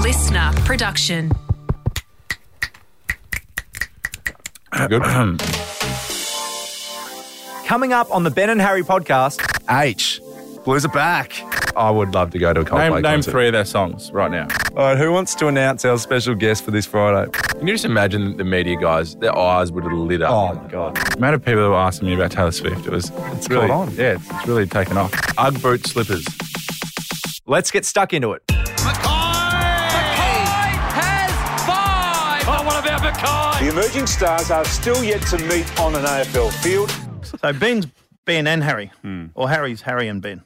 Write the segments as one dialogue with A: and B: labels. A: listener production.
B: Good.
C: Coming up on the Ben and Harry podcast,
B: H. Blues are back. I would love to go to a Coldplay
D: Name, name
B: concert.
D: three of their songs right now.
B: All right, who wants to announce our special guest for this Friday?
D: Can you just imagine the media guys? Their eyes would have lit up.
B: Oh, my God.
D: The amount of people that were asking me about Taylor Swift, it was it's really
B: caught on.
D: yeah, it's, it's really taken off. Ugg boot slippers.
C: let's get stuck into it.
E: The emerging stars are still yet to meet on an AFL field.
F: So Ben's Ben and Harry, or Harry's Harry and Ben.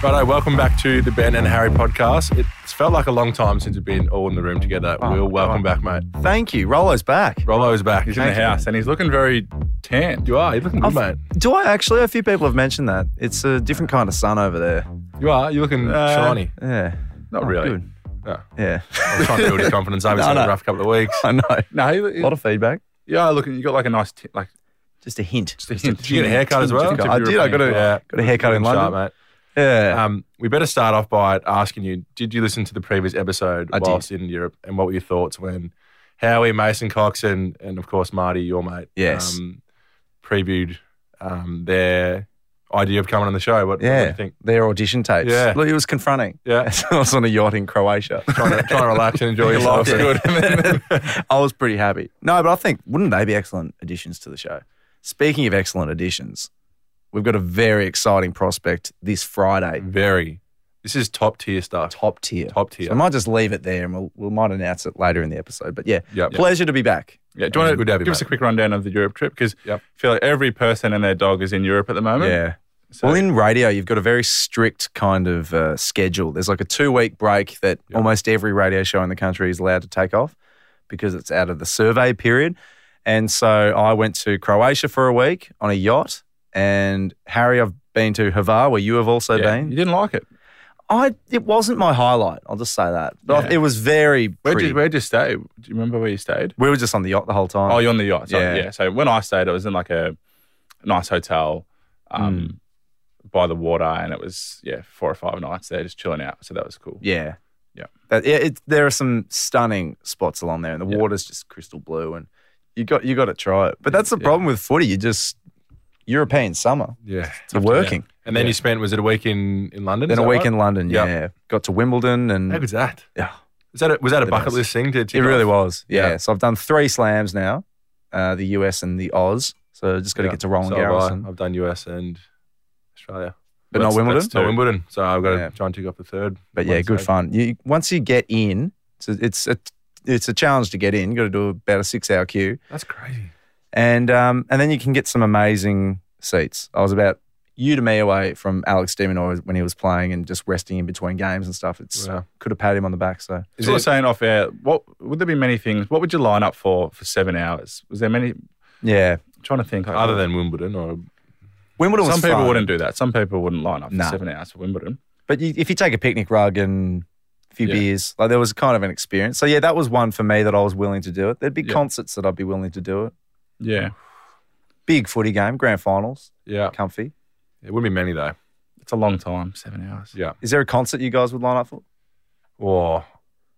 D: Righto, welcome back to the Ben and Harry podcast. It's felt like a long time since we've been all in the room together.
C: Oh,
D: Will, welcome back, mate.
C: Thank you. Rollo's back.
D: Rollo's back. He's in the
C: Thank you.
D: house and he's looking very tan. You are. You're looking good, mate.
C: Do I actually? A few people have mentioned that. It's a different kind of sun over there.
D: You are. You're looking shiny.
C: Yeah.
D: Uh,
C: Oh,
D: Not really.
C: good.
D: No.
C: Yeah.
D: I'm trying to build your confidence. I've
C: No,
D: had a
C: no.
D: rough couple of weeks.
C: I know. A
D: No, you, you,
C: lot of feedback.
D: you are looking. You got like a nice, t- like
C: Just a hint.
D: Did you get a haircut as well?
C: Just a I did. I got a, uh, got a haircut in London.
D: Sharp, mate.
C: Yeah.
D: Um, we better start off by asking you: Did you listen to the previous episode
C: I did.
D: whilst in Europe, and what were your thoughts when Howie, Mason Cox, and and of course Marty, your mate,
C: Yes.
D: um, previewed um, their idea of coming on the show? What, what do
C: yeah.
D: you think?
C: Their audition tapes.
D: Yeah.
C: Look, it was confronting.
D: Yeah.
C: I was on a yacht in Croatia.
D: Trying to, trying to relax and enjoy your life.
C: Yeah.
D: Good.
C: I was pretty happy. No, but I think wouldn't they be excellent additions to the show? Speaking of excellent additions, we've got a very exciting prospect this Friday,
D: Very. This is top tier stuff.
C: top tier.
D: Top tier.
C: So I might just leave it there, and we'll, we might announce it later in the episode. But yeah,
D: Yep.
C: pleasure to be back.
D: Yeah,
B: do you
C: Um,
B: wanna
D: good to have you,
B: give us
D: mate.
B: a quick rundown of the Europe trip? Because
D: Yep.
B: I feel like every person and their dog is in Europe at the moment.
C: Yeah.
B: So-
C: well, in radio, you've got a very strict kind of uh, schedule. There's like a two week break that almost every radio show in the country is allowed to take off because it's out of the survey period. And so I went to Croatia for a week on a yacht. And Harry, I've been to Hvar, where you have also
D: Yeah.
C: been.
D: You didn't like it.
C: I it wasn't my highlight. I'll just say that, but it was very
D: Where'd
C: pretty.
D: you, where'd you stay? Do you remember where you stayed?
C: we were just on the yacht the whole time.
D: Oh, you're on the yacht. Sorry.
C: Yeah.
D: Yeah. So when I stayed, it was in like a nice hotel um,
C: Mm.
D: by the water, and it was yeah four or five nights there, just chilling out. So that was cool.
C: Yeah.
D: Yeah.
C: That, yeah it, there are some stunning spots along there, and the water's just crystal blue, and you got you got to try it. But that's the problem with footy. You just European summer.
D: Yeah.
C: It's working.
D: And then you spent was it a week in in London?
C: Then
D: Is
C: a
D: that
C: week
D: right?
C: in London.
D: Yeah.
C: Yeah. Got to Wimbledon,
D: How
C: and
D: good's that?
C: yeah,
D: Was that a, was that a
C: The
D: bucket
C: best.
D: list thing? To
C: it
D: tick
C: really
D: off?
C: was. Yeah.
D: Yeah.
C: So I've done three slams now, uh, the US and the Oz. So just got to
D: Yeah.
C: get to Roland
D: So have I.
C: Garrison.
D: I've done US and Australia,
C: But not
D: That's-
C: Wimbledon?
D: that's two. Not Wimbledon. So I've got to
C: Yeah.
D: try and tick up the third.
C: But yeah, good
D: Wednesday.
C: fun. You once you get in, it's a, it's a it's a challenge to get in. You got to do about a six hour queue.
D: That's crazy.
C: and um, and then you can get some amazing seats. I was about you to me away from Alex Demonor when he was playing and just resting in between games and stuff. It's
D: Wow.
C: could have patted him on the back. So
D: Is
B: So we're
D: it-
B: saying off air, what would there be many things? What would you line up for for seven hours? Was there many? I'm
C: yeah,
B: trying to think.
D: Other than Wimbledon, or
C: Wimbledon was
B: some people
C: fun,
B: wouldn't do that. Some people wouldn't line up for
C: Nah.
B: seven hours for Wimbledon.
C: But you, if you take a picnic rug and a few
D: Yeah.
C: beers, like there was kind of an experience. So yeah, that was one for me that I was willing to do it. There'd be
B: Yeah.
C: concerts that I'd be willing to do it.
B: Yeah.
C: Big footy game, grand finals,
D: yeah,
C: comfy.
D: it wouldn't be many though.
B: It's a long time, seven hours.
D: Yeah.
C: Is there a concert you guys would line up for?
D: Or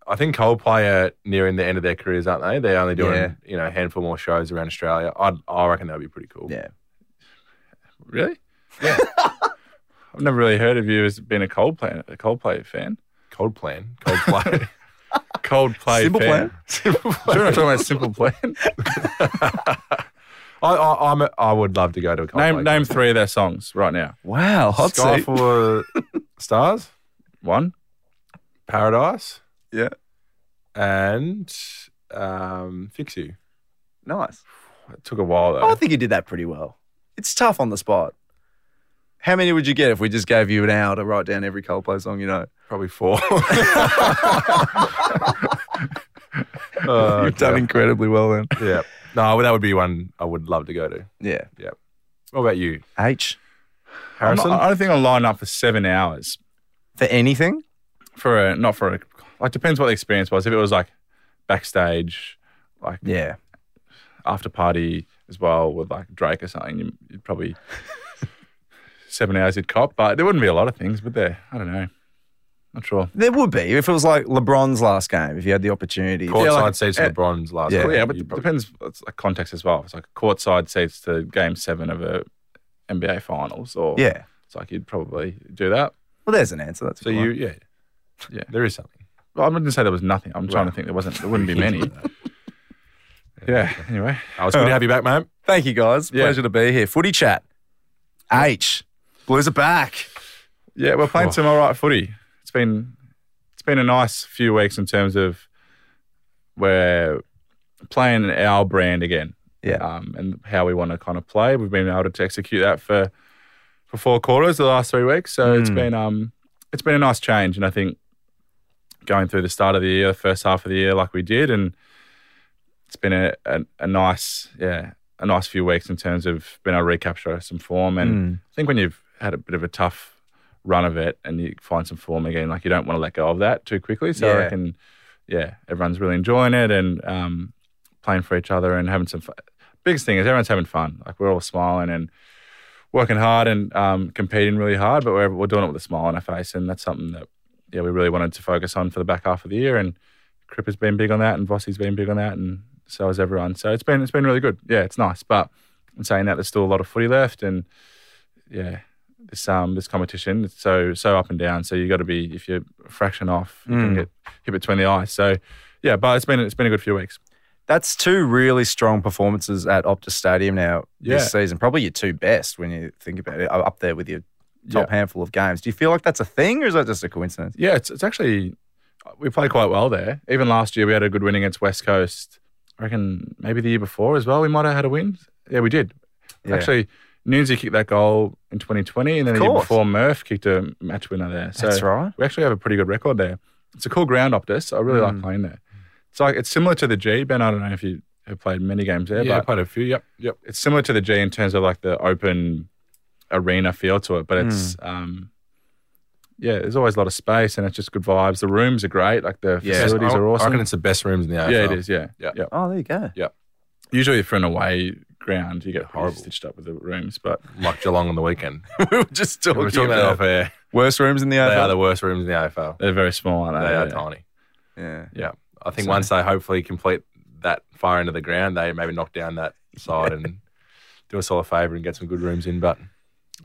D: I think Coldplay are nearing the end of their careers, aren't they? They're only doing
C: Yeah.
D: you know a handful more shows around Australia. I'd, I reckon that'd be pretty cool.
C: Yeah.
B: Really? Yeah. I've never really heard of you as being a Coldplay a Coldplay fan.
D: Cold plan, cold play, cold play.
C: Simple
D: fan.
C: plan?
D: Simple
B: Sure,
D: plan.
B: I'm talking about Simple Plan.
D: I, I, I'm a, I would love to go to a Coldplay.
B: name name three of their songs right now.
C: Wow, hot
D: Sky
C: seat.
D: for stars,
B: One.
D: paradise.
C: Yeah.
D: and um, fix you.
C: Nice.
D: It took a while though.
C: I think you did that pretty well. It's tough on the spot. How many would you get if we just gave you an hour to write down every Coldplay song you know?
D: Probably four.
C: You've done incredibly well then.
D: Yeah. No, that would be one I would love to go to.
C: Yeah.
D: What about you,
C: H
B: I'm
D: Harrison?
B: Not, I don't think I'll line up for seven hours
C: for anything?
B: for a not for a like depends what the experience was. If it was like backstage, like
C: Yeah.
B: after party as well with like Drake or something, you, you'd probably seven hours you'd cop. But there wouldn't be a lot of things, would there? I don't know. Not sure.
C: There would be if it was like LeBron's last game, if you had the opportunity.
B: Yeah,
D: Courtside
B: like- eh,
D: seats for LeBron's last.
C: Yeah.
D: game.
B: Yeah, but
D: You
B: it
D: probably-
B: depends. It's like context as well. It's like courtside seats to game seven of a NBA finals, or
C: Yeah.
B: it's like you'd probably do that.
C: Well, there's an answer. That's
D: So you, yeah, yeah, there is something.
B: Well, I'm not going to say there was nothing. I'm trying to think there wasn't. There wouldn't be many. yeah. Anyway,
D: Oh, it's good to have you back, mate.
C: Thank you guys.
B: Yeah.
C: Pleasure to be here. Footy chat. H. Blues are back.
B: yeah, we're playing
D: Oh.
B: some all right footy. It's been it's been a nice few weeks in terms of we're playing our brand again.
C: Yeah.
B: Um, and how we want to kind of play. We've been able to execute that for for four quarters the last three weeks. So it's been um it's been a nice change, and I think going through the start of the year, first half of the year, like we did, and it's been a, a, a nice yeah a nice few weeks in terms of being able to recapture some form.
C: Mm. Hmm.
B: And I think when you've had a bit of a tough run of it and you find some form again, like you don't want to let go of that too quickly. So
C: Yeah.
B: I reckon yeah, everyone's really enjoying it and um, playing for each other and having some fun. Biggest thing is everyone's having fun. Like we're all smiling and working hard and um, competing really hard, but we're, we're doing it with a smile on our face. And that's something that, yeah, we really wanted to focus on for the back half of the year. And Crip has been big on that and Vossi's been big on that and so has everyone. So it's been, it's been really good. Yeah, it's nice. But in saying that, there's still a lot of footy left and yeah, this, um, this competition is so, so up and down. So you got to be, if you're a fraction off, you can get hit between the eyes. So yeah, but it's been, it's been a good few weeks.
C: That's two really strong performances at Optus Stadium now
B: Yeah.
C: this season. Probably your two best when you think about it, up there with your top handful of games. Do you feel like that's a thing or is that just a coincidence?
B: Yeah, it's, it's actually we played quite well there. Even last year, we had a good win against West Coast. I reckon maybe the year before as well, we might have had a win. Yeah, we did.
C: Yeah.
B: Actually, Nunzi kicked that goal in 2020, and then
C: Of
B: the year
C: course.
B: before, Murph kicked a match winner there. So
C: That's right.
B: We actually have a pretty good record there. It's a cool ground, Optus. I really like playing there. It's like it's similar to the G. Ben, I don't know if you have played many games there,
D: Yeah,
B: but
D: played a few. Yep, yep.
B: it's similar to the G in terms of like the open arena feel to it, but it's um yeah, there's always a lot of space and it's just good vibes. The rooms are great, like the
C: Yeah.
B: facilities
D: I,
B: are
D: I reckon
B: awesome.
D: it's the best rooms in the AFL.
B: Yeah, it is. Yeah,
D: Yeah.
C: Oh, there you go.
B: Usually for an away ground, you get horrible
D: Horrible.
B: stitched up with the rooms, but
D: Like Geelong on the weekend.
C: we were just
D: we were talking about it off air.
C: worst rooms in the
D: They are
C: AFL.
D: the worst rooms in the AFL.
B: they're very small. Aren't
D: They
B: they?
D: are
B: Yeah.
D: tiny.
C: yeah.
D: Yeah. I think
B: So-
D: once they hopefully complete that far into the ground, they maybe knock down that side and do us all a favour and get some good rooms in. But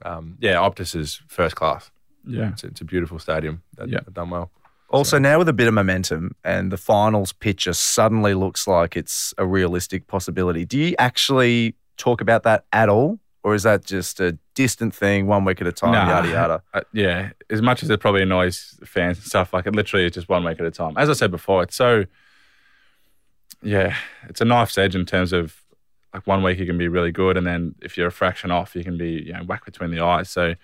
D: um, yeah, Optus is first class.
B: Yeah,
D: It's, it's a beautiful stadium. They,
B: Yeah.
D: They've done well.
C: Also, now with a bit of momentum and the finals picture suddenly looks like it's a realistic possibility. Do you actually talk about that at all? Or is that just a distant thing, one week at a time,
B: Nah.
C: yada yada?
B: Uh, yeah. As much as it probably annoys fans and stuff, like it literally is just one week at a time. As I said before, it's so yeah, it's a knife's edge in terms of like one week you can be really good, and then if you're a fraction off, you can be you know whack between the eyes. So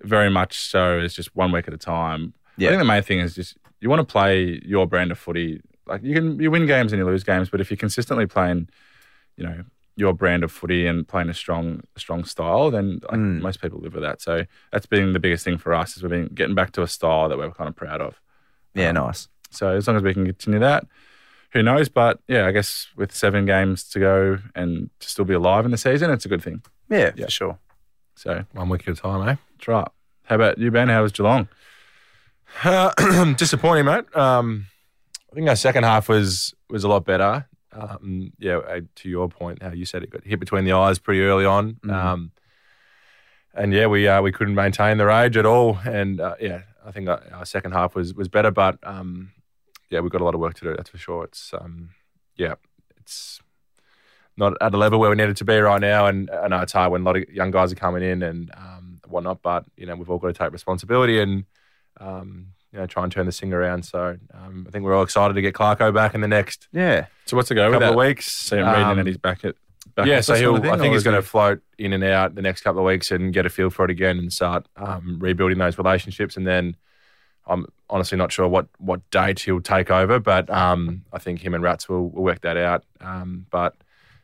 B: very much so it's just one week at a time.
C: Yeah.
B: I think the main thing is just you want to play your brand of footy. Like you can you win games and you lose games, but if you're consistently playing, you know your brand of footy and playing a strong strong style, then like,
C: Mm.
B: most people live with that. So that's been the biggest thing for us is we've been getting back to a style that we're kind of proud of.
C: Yeah, nice.
B: So as long as we can continue that, who knows? But yeah, I guess with seven games to go and to still be alive in the season, it's a good thing.
C: Yeah, for sure.
B: So
D: One week at a time, eh?
B: that's right. How about you, Ben? How was Geelong?
D: Uh, disappointing, mate. Um, I think our second half was was a lot better. Um, yeah, uh, to your point, how you said it got hit between the eyes pretty early on. Um, and yeah, we uh, we couldn't maintain the rage at all. And uh, yeah, I think our, our second half was was better, but um, yeah, we've got a lot of work to do. That's for sure. It's um, yeah, it's not at a level where we needed to be right now. And I know it's hard when a lot of young guys are coming in and um, whatnot, but you know we've all got to take responsibility and um, you know, try and turn this thing around. So um, I think we're all excited to get Clarko back in the next
C: Yeah.
B: So what's the go with
D: couple
B: that?
D: of weeks.
B: So I'm reading
D: Um,
B: that he's back at. Back
D: yeah,
B: at
D: so
B: this
D: he'll.
B: sort of thing,
D: I think
B: or
D: he's
B: is he-
D: going to float in and out the next couple of weeks and get a feel for it again and start um, rebuilding those relationships. And then I'm honestly not sure what what date he'll take over, but um, I think him and Rats will, will work that out. Um, but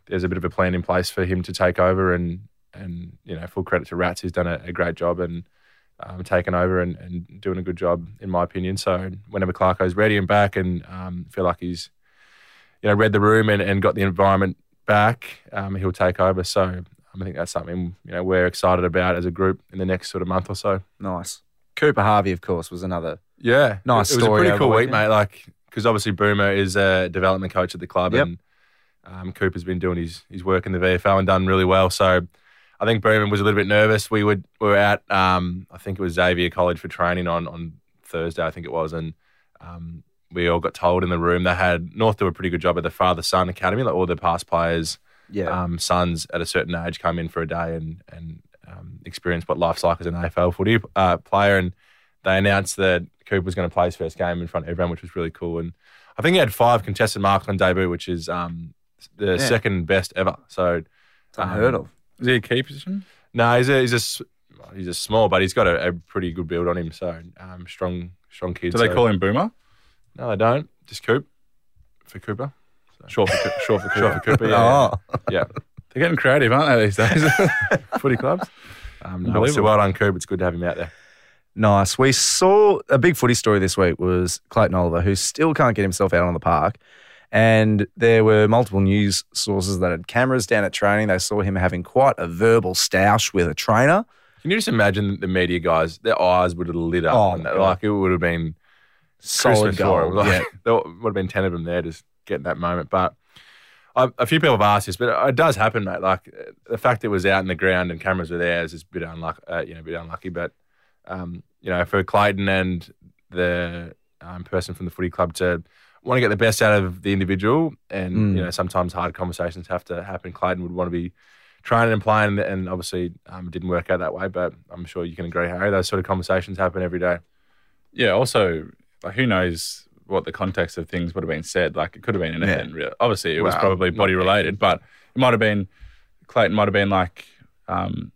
D: there's a bit of a plan in place for him to take over, and and you know, full credit to Rats, he's done a, a great job and. Um, taken over and, and doing a good job, in my opinion. So whenever Clarko's ready and back, and um, feel like he's, you know, read the room and, and got the environment back, um, he'll take over. So um, I think that's something you know we're excited about as a group in the next sort of month or so.
C: Nice. Cooper Harvey, of course, was another.
D: Yeah,
C: Nice
D: It, it was
C: story
D: a pretty cool
C: overall,
D: week,
C: yeah.
D: mate. Like because obviously Boomer is a development coach at the club,
C: Yep.
D: and um, Cooper's been doing his his work in the VFL and done really well. So I think Boomer was a little bit nervous. We would we were at um, I think it was Xavier College for training on on Thursday, I think it was, and um, we all got told in the room they had North do a pretty good job at the father son academy. Like all the past players
B: Ah,
C: Yeah.
D: um, sons at a certain age come in for a day and and um, experience what life's like as an AFL footy uh, player. And they announced that Cooper was going to play his first game in front of everyone, which was really cool. And I think he had five contested marks on debut, which is um, the second best ever. So
C: it's
B: ah.
C: unheard of.
B: Is he a key position?
D: no, he's a he's a s- he's a small, but he's got a, a pretty good build on him. So um, strong strong kid.
B: Do they
D: So-
B: call him Boomer?
D: No, they don't. Just Coop for Cooper.
B: Short for, Coo- short for Cooper.
D: Sure for Cooper. Yeah,
C: Oh,
D: yeah.
B: They're getting creative, aren't they, these days? Footy clubs.
D: Um, no, so well done, Coop. It's good to have him out there.
C: nice. We saw a big footy story this week was Clayton Oliver, who still can't get himself out on the park. And there were multiple news sources that had cameras down at training. They saw him having quite a verbal stoush with a trainer.
D: Can you just imagine the media guys? Their eyes would have lit up.
C: Oh,
D: on
C: my
D: that.
C: God.
D: like it would have been
C: Solid
D: Christmas for
C: goal.
D: 'em. Like,
C: yeah.
D: there would have been ten of them there just getting that moment. But I, a few people have asked this, but it does happen, mate. Like uh, the fact it was out in the ground and cameras were there is just a bit unlucky. Uh, you know, a bit unlucky. But um, you know, for Clayton and the um, person from the footy club to want to get the best out of the individual, and
C: Mm.
D: you know, sometimes hard conversations have to happen. Clayton would want to be training and playing, and obviously um, it didn't work out that way. But I'm sure you can agree, Harry. Those sort of conversations happen every day.
B: Yeah, also, like, who knows what the context of things would have been said? Like, it could have been anything. Really. Obviously, it was
D: Well,
B: probably
D: not
B: body related, but it might have been, Clayton might have been like, um,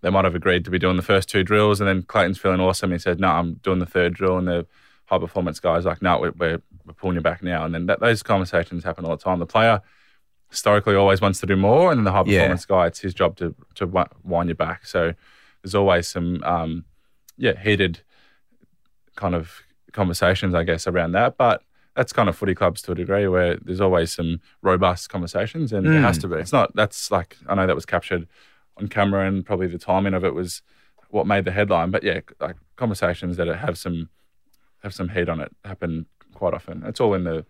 B: they might have agreed to be doing the first two drills, and then Clayton's feeling awesome. He said, No, I'm doing the third drill. And the high performance guy's like, No, we're, we're, we're pulling you back now. And then that, those conversations happen all the time. The player historically always wants to do more, and then the high
C: Yeah.
B: performance guy, it's his job to, to wi- wind you back. So there's always some, um, yeah, heated kind of conversations, I guess, around that. But that's kind of footy clubs to a degree where there's always some robust conversations and
D: It has to be.
B: it's not that's like I know that was captured on camera and probably the timing of it was what made the headline. But yeah, like conversations that have some have some heat on it happen quite often. It's all in the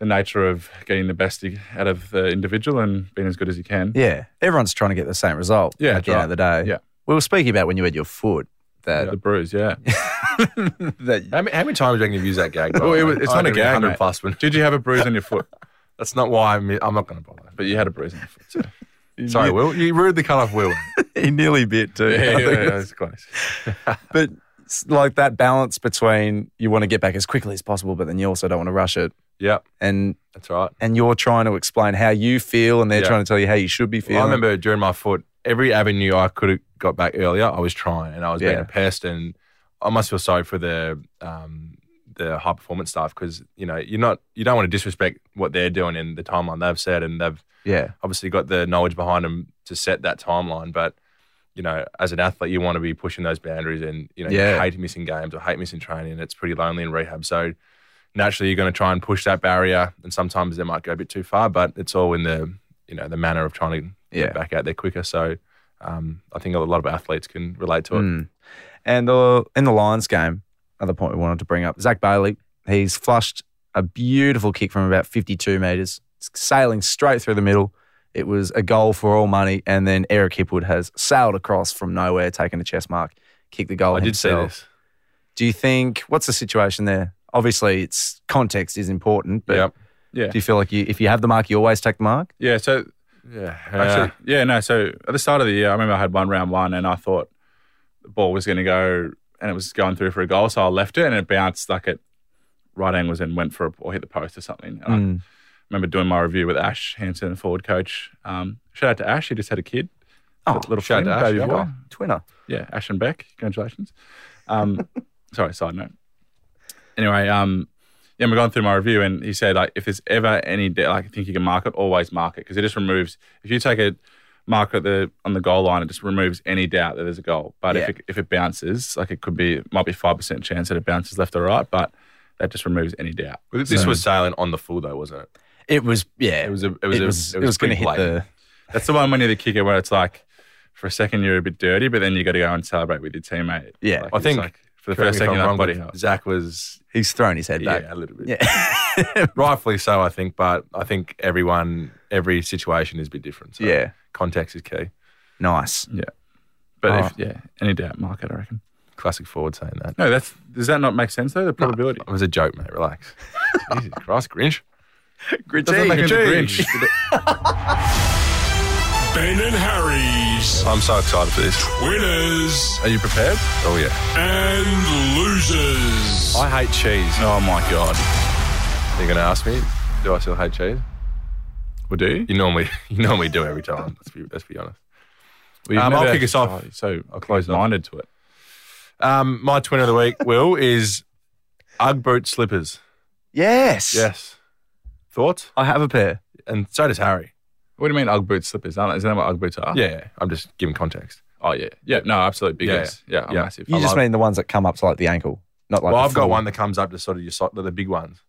B: the nature of getting the best out of the individual and being as good as you can.
C: Yeah. Everyone's trying to get the same result
B: Yeah,
C: at the
B: that's
C: end of the day.
B: Yeah.
C: We were speaking about when you had your foot that,
B: The bruise, yeah.
C: that
D: How many, how many times do you reckon you've used that gag? by
B: Well,
D: the
B: it
D: way?
B: was- it's
D: I
B: not
D: reckon
B: a
D: it'd be
B: gag,
D: 100
B: mate.
D: plus, but
B: Did you have a bruise on your foot?
D: that's not why I'm. I'm not going to bother.
B: But you had a bruise on your foot. So.
D: Sorry, Will. You ruined the cut off, Will.
C: he nearly bit too.
B: Yeah, yeah,
C: I think
B: yeah,
C: it's-
B: it's close.
C: But it's like that balance between you want to get back as quickly as possible, but then you also don't want to rush it.
D: yeah,
C: And
D: that's right.
C: and you're trying to explain how you feel, and they're
D: Yeah.
C: trying to tell you how you should be
D: Well,
C: feeling.
D: I remember during my foot, every avenue I could have got back earlier, I was trying, and I was being
C: Yeah.
D: a pest. And I must feel sorry for the um, the high performance staff because you know you're not you don't want to disrespect what they're doing and the timeline they've set, and they've
C: Yeah.
D: obviously got the knowledge behind them to set that timeline. But you know, as an athlete, you want to be pushing those boundaries, and you know,
C: Yeah.
D: you hate missing games or hate missing training. It's pretty lonely in rehab, so naturally, you're going to try and push that barrier, and sometimes they might go a bit too far. But it's all in the you know the manner of trying to
C: Yeah.
D: get back out there quicker. So um, I think a lot of athletes can relate to it.
C: Mm. And uh, in the Lions game, another point we wanted to bring up Zach Bailey, he's flushed a beautiful kick from about 52 metres, It's sailing straight through the middle. It was a goal for all money. And then Eric Hipwood has sailed across from nowhere, taken a chest mark, kicked the goal.
D: I did see
C: himself.
D: this.
C: Do you think, what's the situation there? Obviously, it's context is important, but
D: Yep.
B: Yeah.
C: do you feel like you, if you have the mark, you always take the mark?
B: Yeah, so
D: Yeah.
B: Actually, yeah, no. So at the start of the year, I remember I had one round one, and I thought the ball was going to go, and it was going through for a goal. So I left it, and it bounced like at right angles and went for a, or hit the post or something.
D: Uh,
B: And I
C: Mm.
B: remember doing my review with Ash Hansen, the forward coach. Um, shout out to Ash; he just had a kid,
C: Oh,
B: little
D: shout out
B: twin,
D: to Ash,
B: baby
D: yeah.
B: boy.
C: Twinner.
B: Yeah, Ash and Beck, congratulations. Um, sorry, side note. Anyway, um, yeah, we're going through my review, and he said like, if there's ever any de- like, I think you can mark it, always mark it because it just removes. If you take a mark at the on the goal line, it just removes any doubt that there's a goal. But if
C: Yeah.
B: it, if it bounces, like it could be might be five percent chance that it bounces left or right, but that just removes any doubt.
D: this was sailing on the full though, wasn't it?
C: It was, yeah.
D: It was a- it was
C: it
D: a-
C: was,
D: it was
C: going to
D: pretty
C: hit the.
D: blatant.
B: That's the one when you're the kicker where it's like for a second you're a bit dirty, but then you got to go and celebrate with your teammate.
C: Yeah.
B: Like,
D: I
B: it's
D: think-
B: like for the
D: Correct
B: first
D: me if I'm
B: second you're
D: wrong,
B: like, bloody
D: but
B: hell.
D: Zach was
C: He's thrown his head back.
B: Yeah, a little bit.
C: Yeah.
D: rightfully so, I think. But I think everyone, every situation is a bit different. So
C: Yeah.
D: context is key.
C: nice.
B: But
C: Oh.
B: if, yeah, any doubt, market, I reckon.
D: Classic forward saying that.
B: No, that's does that not make sense though? The probability.
D: It was a joke, mate. Relax. Jesus Christ, Grinch.
C: Gee,
D: Doesn't make him the
C: gee.
D: Grinch.
G: Ben and Harry's
D: I'm so excited for this.
G: winners
D: Are you prepared? Oh yeah.
G: and losers.
D: I hate cheese. Oh my god. You're gonna ask me, do I still hate cheese?
B: Well, do you?
D: You normally, you normally do every time. Let's be, let's be honest.
B: Well, you've
D: Um, I'll
B: never-
D: kick us off.
B: Oh, so I'll close minded to it.
D: Um, my twin of the week, Will, is UGG boot slippers.
C: Yes.
D: Yes. Thoughts?
C: I have a pair.
D: And so does Harry.
B: What do you mean UGG boot slippers? Aren't they? Isn't that what UGG boots are?
D: Yeah, I'm just giving context.
B: Oh yeah. Yeah. No, absolutely. Big
D: Yeah, Oh,
B: yes. Yeah. I'm
D: yeah.
B: massive.
C: You
B: I
C: just
B: love-
C: mean the ones that come up to like the ankle, not like.
D: well,
C: the
D: I've got
C: full-
D: one that comes up to sort of your sock, the big ones.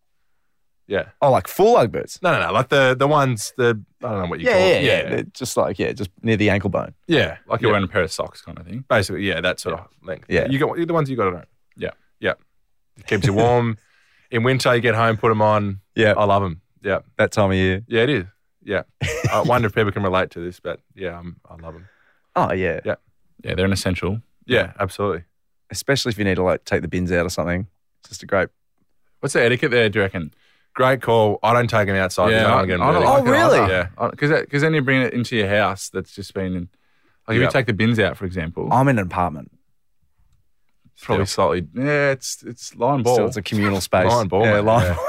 D: Yeah.
C: Oh, like full UGG boots.
D: No, no, no. Like the the ones the I don't know what you
C: Yeah,
D: call.
C: yeah,
D: it.
C: yeah. They're Just like yeah, just near the ankle bone.
D: yeah.
B: like you're
D: yeah.
B: wearing a pair of socks kind of thing.
D: basically, yeah, that sort of length.
C: Yeah.
D: you got the ones you got at home.
B: Yeah.
D: yeah. It keeps you warm. In winter, you get home, put them on.
C: Yeah.
D: I love them. Yeah,
C: Oh, That time of year.
D: yeah, it is. Yeah, I wonder if people can relate to this, but yeah, um, I love them.
C: Oh yeah.
D: Yeah.
B: Yeah, they're an essential.
D: Yeah, absolutely.
C: Especially if you need to like take the bins out or something. It's Just a great.
B: What's the etiquette there? Do you reckon?
D: Great call. I don't take them outside.
B: Yeah,
D: Yeah, I
B: I-
D: don't get
B: I don't
D: them
C: Oh
D: dirty.
C: really?
D: Yeah,
B: Because because then you bring it into your house. That's just been in, like if
D: Yeah.
B: you take the bins out, for example,
C: I'm in an apartment.
B: it's probably slightly. Yeah, it's it's line ball.
C: So it's a communal space.
D: Line ball,
C: Yeah,
D: mate,
C: line ball.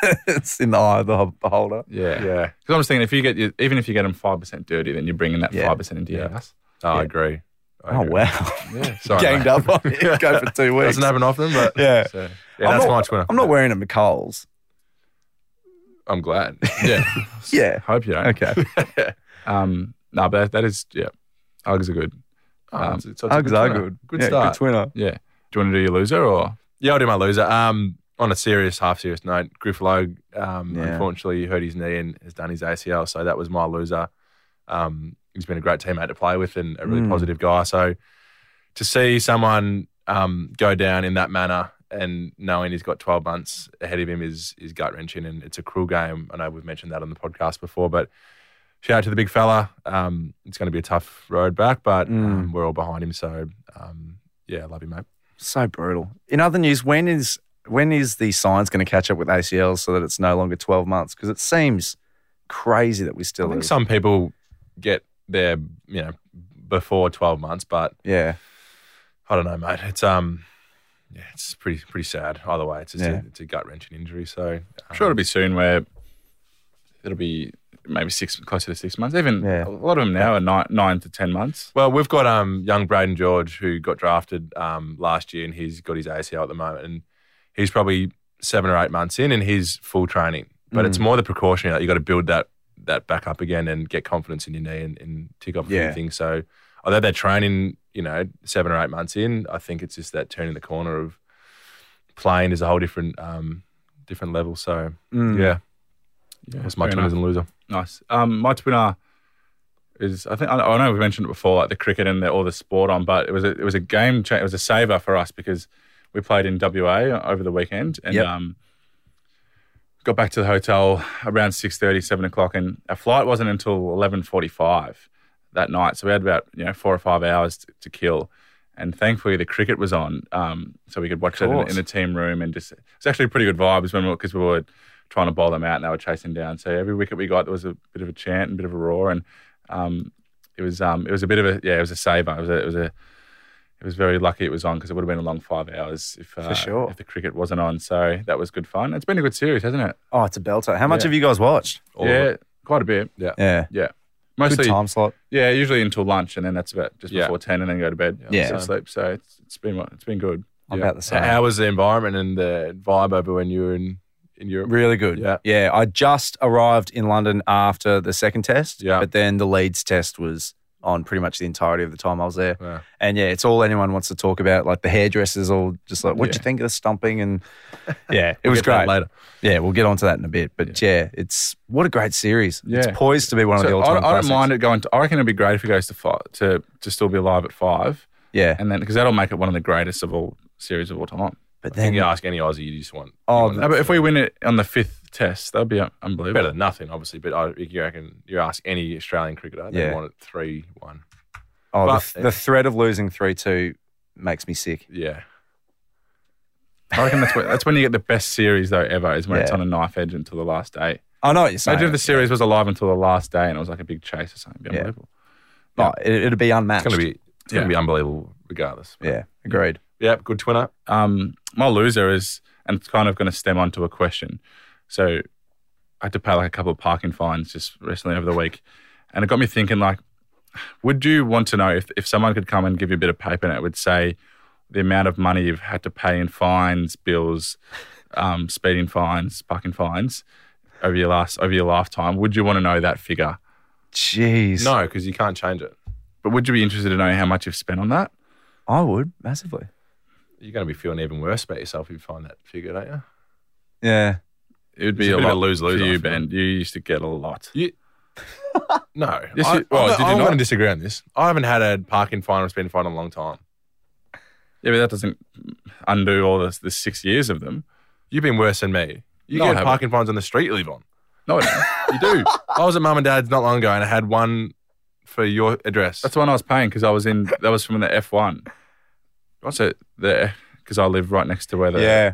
C: it's in the eye of the ho- beholder.
B: yeah, yeah.
D: yeah.
B: Because I'm just thinking, if you get your, even if you get them five percent dirty, then you're bringing that five
C: Yeah.
B: percent into your house.
D: No, Oh, I agree. I
C: Oh
D: agree.
C: wow.
B: Yeah,
D: Sorry,
C: Ganged
D: mate.
C: up on it. Go for two weeks.
D: Doesn't happen often, but
C: Yeah.
D: so, yeah, that's
C: not-
D: my twinner.
C: I'm not wearing them at Coles.
D: I'm glad.
B: yeah.
C: Yeah.
B: Hope you don't.
C: Okay.
B: Um, no, but that, that is yeah. Uggs are good. Um,
D: Oh, it's- it's a
C: Hugs
D: good
C: are
D: twinner.
C: good.
D: Good
C: yeah,
D: start.
C: Good twinner.
B: Yeah. Do you want to do your loser or?
D: Yeah, I'll do my loser. Um, on a serious, half serious note, Griff Logue, um,
C: Yeah.
D: unfortunately, hurt his knee and has done his ACL. So that was my loser. Um, he's been a great teammate to play with and a really
C: Mm.
B: Hmm.
D: positive guy. So to see someone um, go down in that manner and knowing he's got 12 months ahead of him is is gut wrenching and it's a cruel game. I know we've mentioned that on the podcast before, but shout out to the big fella. Um, it's going to be a tough road back, but
B: Hmm.
D: um, we're all behind him. So um, yeah, love you, mate.
C: So brutal. In other news, when is when is the science going to catch up with ACL so that it's no longer 12 months? Because it seems crazy that we still.
D: I think
C: have-
D: some people get there, you know, before twelve months, but
C: yeah.
D: I don't know, mate. It's um, yeah, it's pretty pretty sad. Either way, it's just
C: Yeah.
D: a, it's a gut wrenching injury. So um,
B: I'm sure it'll be soon where it'll be maybe six closer to six months. Even
C: Yeah.
B: a lot of them now are nine, nine to ten months.
D: Well, we've got um young Braden George who got drafted um last year, and he's got his ACL at the moment, and he's probably seven or eight months in, and he's full training. But
C: Mm.
D: it's more the precautionary that you got to build that that back up again and get confidence in your knee and, and tick off a
C: Yeah.
D: few things. So although they're training, you know, seven or eight months in, I think it's just that turning the corner of playing is a whole different um different level. So
C: Mm.
D: yeah,
B: Yeah,
D: that's my
B: fair
D: twinners
B: enough.
D: and loser.
B: Nice. Um, my twinner is I think I, I know we've mentioned it before, like the cricket and the, all the sport on, but it was a, it was a game change. It was a saver for us because we played in WA over the weekend and
C: Yep.
B: um, got back to the hotel around 6.30, 7 o'clock, and our flight wasn't until eleven forty five that night. So we had about you know four or five hours to, to kill. And thankfully, the cricket was on, um, so we could watch it in,
C: course.
B: in the team room, and just it's actually pretty good vibes when because we were trying to bowl them out, and they were chasing down. So every wicket we got, there was a bit of a chant and a bit of a roar, and um, it was um, it was a bit of a yeah, it was a saver. It was a, it was a it was very lucky it was on because it would have been a long five hours if uh,
C: sure.
B: if the cricket wasn't on. So that was good fun. It's been a good series, hasn't it?
C: Oh, it's a belter. How much
B: Yeah.
C: have you guys watched?
D: All of
B: yeah,
D: it.
B: quite a bit.
C: Yeah.
B: Yeah,
C: Good
B: mostly
C: time slot.
B: yeah, usually until lunch, and then that's about just
D: Yeah.
B: before ten, and then go to bed.
C: Yeah.
B: so sleep. So it's, it's been it's been good.
C: I'm
B: Yeah.
C: about the
D: So
C: same.
D: how was the environment and the vibe over when you were in in Europe?
C: Really good.
D: Yeah.
C: Yeah. I just arrived in London after the second test.
D: Yeah.
C: But then the Leeds test was on pretty much the entirety of the time I was there.
D: Wow.
C: And yeah, it's all anyone wants to talk about. Like the hairdressers, all just like, what'd
B: Yeah.
C: you think of the stumping? And yeah, it was
D: get to that
C: great.
D: later.
C: Yeah, we'll get onto that in a bit. But yeah, it's what a great series. It's
B: Yeah.
C: poised to be one of the
B: So
C: all
B: I,
C: time.
B: I don't mind it going. To, I reckon it'd be great if it goes to five, to to still be alive at five,
C: Yeah,
B: and then because that'll make it one of the greatest of all series of all time.
C: but
D: You
C: then
D: can ask any Aussie, you just want.
C: Oh,
D: you
B: No,
D: want
B: but if we win it on the fifth test, that'd be un- unbelievable.
D: better than nothing, obviously. But I, you reckon you ask any Australian cricketer, they
C: Yeah.
D: want it three one.
C: oh,
D: but-
C: the, the threat of losing three two makes me sick.
D: Yeah,
B: I reckon that's when, that's when you get the best series though ever is when it's
C: Yeah.
B: on a knife edge until the last day.
C: I know what you're saying.
B: Imagine if the series was alive until the last day and it was like a big chase or something. It'd be
C: Yeah.
B: unbelievable.
C: Oh, it, it'd be unmatched.
D: it's gonna be it's gonna
B: Yeah.
D: be unbelievable, regardless.
C: Yeah, agreed.
D: Yep, good twin up.
B: um, my loser is, and it's kind of going to stem onto a question. So I had to pay like a couple of parking fines just recently over the week. And it got me thinking, like, would you want to know if, if someone could come and give you a bit of paper and it would say the amount of money you've had to pay in fines, bills, um, speeding fines, parking fines over your last over your lifetime? Would you want to know that figure?
C: Jeez.
D: No, because you can't change it.
B: But would you be interested to know how much you've spent on that?
C: I would massively.
D: You're going to be feeling even worse about yourself if you find that figure, don't you?
C: Yeah.
B: It would be
D: It's a
B: a,
D: bit of a
B: lot
D: lose-lose,
B: for
D: I
B: you,
D: feel.
B: Ben. You used to get a lot.
D: No.
B: Yes,
D: I,
B: you- well,
D: I'm not-
B: did you
D: I'm
B: not?
D: going to disagree on this. I haven't had a parking fine or a spending fine in a long time.
B: Yeah, but that doesn't undo all the, the six years of them.
D: You've been worse than me. You
B: No, I
D: get
B: haven't.
D: parking fines on the street you live on.
B: No, I don't.
D: You do. I was at mum and dad's not long ago and I had one for your address.
B: that's the one I was paying because I was in. That was from the F one. What's it there? Because I live right next to where the
C: yeah.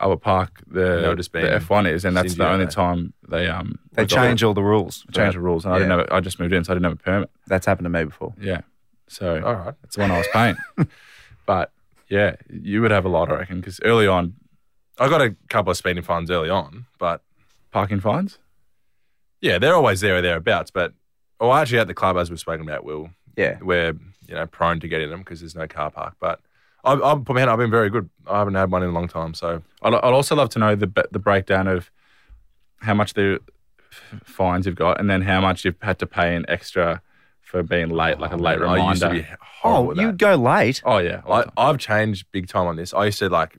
B: Albert Park,
D: They were
B: the
D: just being
B: the F one is, and that's
D: stingy,
B: the only
D: aren't they?
B: time they um
C: They change all the rules.
B: change the rules. And I didn't
C: Yeah.
B: have. a- I just moved in, so I didn't have a permit.
C: That's happened to me before.
B: Yeah, so
C: Oh.
D: All right.
B: that's the one I was paying. but yeah, you would have a lot, I reckon, because early on
D: I got a couple of speeding fines early on, but
B: parking fines.
D: yeah, they're always there or thereabouts. But, well, actually at the club, as we've spoken about, Will,
C: Yeah.
D: we're you know prone to getting them because there's no car park. But I'll, I'll put my hand. up, I've been very good. I haven't had one in a long time. So
B: I'd, I'd also love to know the ba- the breakdown of how much the f- fines you've got, and then how much you've had to pay in extra for being late, like a late
D: Oh, I used
B: reminder.
D: to be horrible.
C: Oh,
D: at
C: you
D: that.
C: go late.
B: oh yeah, all
D: I,
B: the time.
D: I've changed big time on this. I used to like,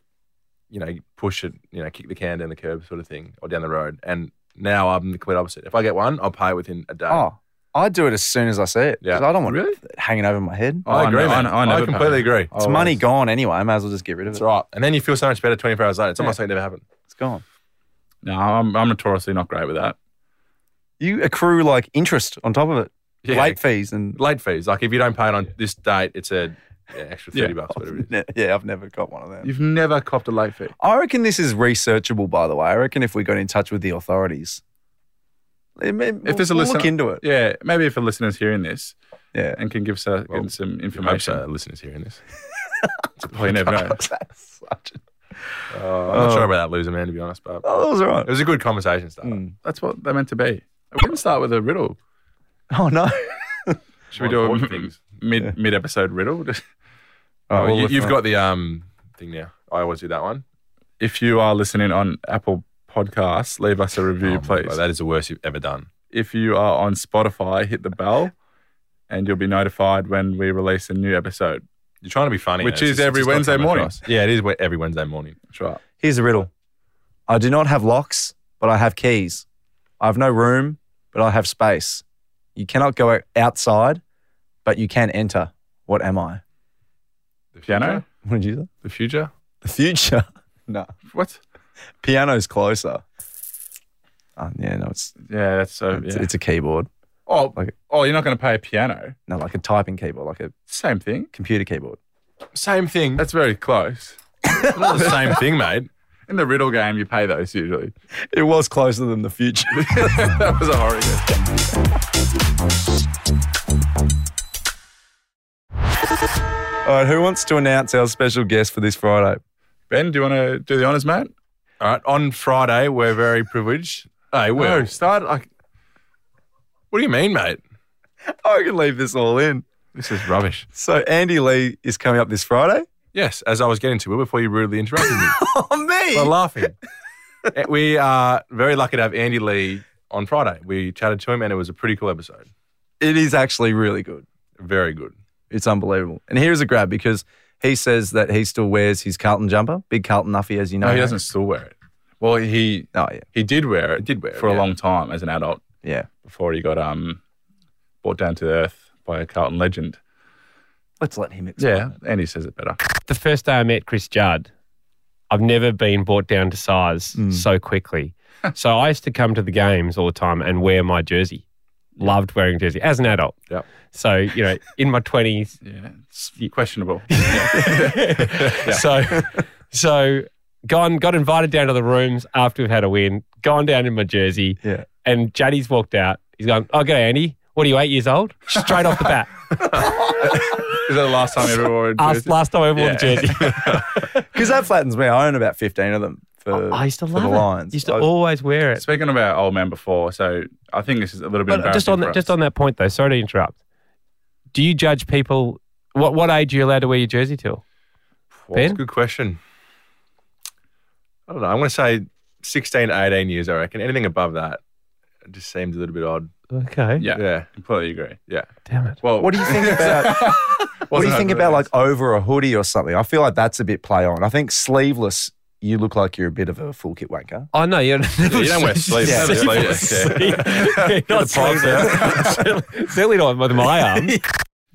D: you know, push it, you know, kick the can down the curb sort of thing or down the road. And now I'm the complete opposite. If I get one, I'll pay it within a day.
C: Oh, I do it as soon as I see it. 'cause
D: Yeah.
C: I don't want
B: Really?
C: it hanging over my head.
B: Oh,
D: I agree,
B: no,
D: man.
B: I- I never
D: completely
B: pay.
D: agree.
C: It's money gone anyway. I may as well just get rid of
D: That's
C: it.
D: right. And then you feel so much better 24 hours later. It's almost like it never happened.
C: It's gone.
B: No, I'm, I'm notoriously not great with that.
C: You accrue like interest on top of it,
D: Yeah.
C: late fees and.
D: Late fees. Like if you don't pay it on this date, it's a yeah, extra 30 bucks, whatever it is.
C: Yeah, I've never got one of them.
B: You've never copped a late fee.
C: I reckon this is researchable, by the way. I reckon if we got in touch with the authorities, if
B: If there's a
C: we'll
B: listener,
C: look into it.
B: Yeah, maybe if a listener's hearing this
C: Yeah,
B: and can give us a,
D: Well,
B: some
D: I hope so.
B: information,
D: uh, Listeners hearing this.
B: well, you never know.
C: that's such. A,
D: Uh, I'm not sure about that loser, man, to be honest, but
C: oh, that was all right.
D: it was a good conversation starter.
B: That's what they're meant to be. We can start with a riddle.
C: Oh no.
B: Should we do a
D: important things.
B: mid mid episode riddle?
C: All right,
D: Oh,
C: well,
D: you,
C: if
D: you've
C: I-
D: got Oh, the um thing now. I always do that one.
B: if you are listening on Apple Podcasts, leave us a review,
D: Oh my
B: please.
D: God, that is the worst you've ever done.
B: If you are on Spotify, hit the bell and you'll be notified when we release a new episode.
D: You're trying to be funny,
B: Which
D: and it's-
B: is
D: it's
B: every
D: just not
B: Wednesday
D: coming
B: morning.
D: across. Yeah, it is we- every Wednesday morning.
B: That's right.
C: Here's the riddle. I do not have locks, but I have keys. I have no room, but I have space. You cannot go outside, but you can enter. What am I?
D: The
B: Piano?
D: future?
C: What did you say?
D: The future?
C: The future. no.
B: What?
C: Piano's closer. Oh, yeah, no, it's
B: Yeah, that's so.
C: it's,
B: yeah.
C: it's a keyboard.
B: oh,
C: like-
B: oh, you're not going to pay a piano.
C: No, like a typing keyboard, like a
B: Same thing.
C: computer keyboard.
D: Same thing.
B: That's very close.
D: not the same thing, mate.
B: In the riddle game, you pay those usually.
C: It was closer than the future.
B: that was a horror game.
C: All right, who wants to announce our special guest for this Friday?
B: Ben, do you want to do the honors, mate?
D: All right. On Friday, we're very privileged. Hey,
B: No,
D: Will.
B: start. Like,
D: What do you mean, mate?
C: I can leave this all in.
D: This is rubbish.
C: So Andy Lee is coming up this Friday.
D: Yes, as I was getting to it before you rudely interrupted me.
C: Oh me!
D: We're laughing. Uh, we are very lucky to have Andy Lee on Friday. We chatted to him, and it was a pretty cool episode.
C: it is actually really good.
D: Very good.
C: It's unbelievable. And here's a grab because he says that he still wears his Carlton jumper, big Carlton Nuffy, as you know.
B: No, he doesn't still wear it. Well, he
C: Oh, yeah.
B: he did wear it.
D: did wear it,
B: for
D: yeah.
B: a long time as an adult
C: Yeah.
B: before he got um brought down to earth by a Carlton legend.
C: Let's let him explain.
B: Yeah, Andy says it better.
H: the first day I met Chris Judd, I've never been brought down to size
C: Mm.
H: so quickly. so I used to come to the games all the time and wear my jersey. Loved wearing jersey as an adult.
D: Yep.
H: So, you know, in my 20s.
B: Yeah, it's questionable.
H: So, so gone, got invited down to the rooms after we've had a win, gone down in my jersey.
C: Yeah.
H: And Juddy's walked out. He's gone, oh, good, Andy. What are you, eight years old? Straight off the bat.
B: Is that the last time he ever wore a
H: Last,
B: jersey?
H: last time I wore the jersey.
C: Because that flattens me. I own about 15 of them for,
H: I used to
C: for
H: love
C: the
H: it.
C: Lions.
H: Used to
C: I-
H: always wear it.
B: Speaking of our old man before, so I think this is a little bit
H: But
B: embarrassing.
H: just on that,
B: for
H: just
B: us.
H: on that point though. Sorry to interrupt. Do you judge people? What what age are you allowed to wear your jersey till?
D: Well, it's a
H: Ben?
D: good question. I don't know. I'm going to say 16, 18 years, I reckon. Anything above that it just seems a little bit odd.
H: Okay.
B: yeah,
D: Yeah.
B: completely agree.
D: Yeah.
H: Damn it.
B: Well,
C: What do you think about? what do you
B: Wasn't
C: think
B: over
C: about
B: the
C: like over a hoodie or something? I feel like that's a bit play on. I think sleeveless, you look like you're a bit of a full kit wanker.
H: Oh no, you're
D: Yeah, you don't wear sleeves.
C: Yeah.
D: Yeah. Sleeves. Yeah.
H: not sleeves. Certainly not with my arm.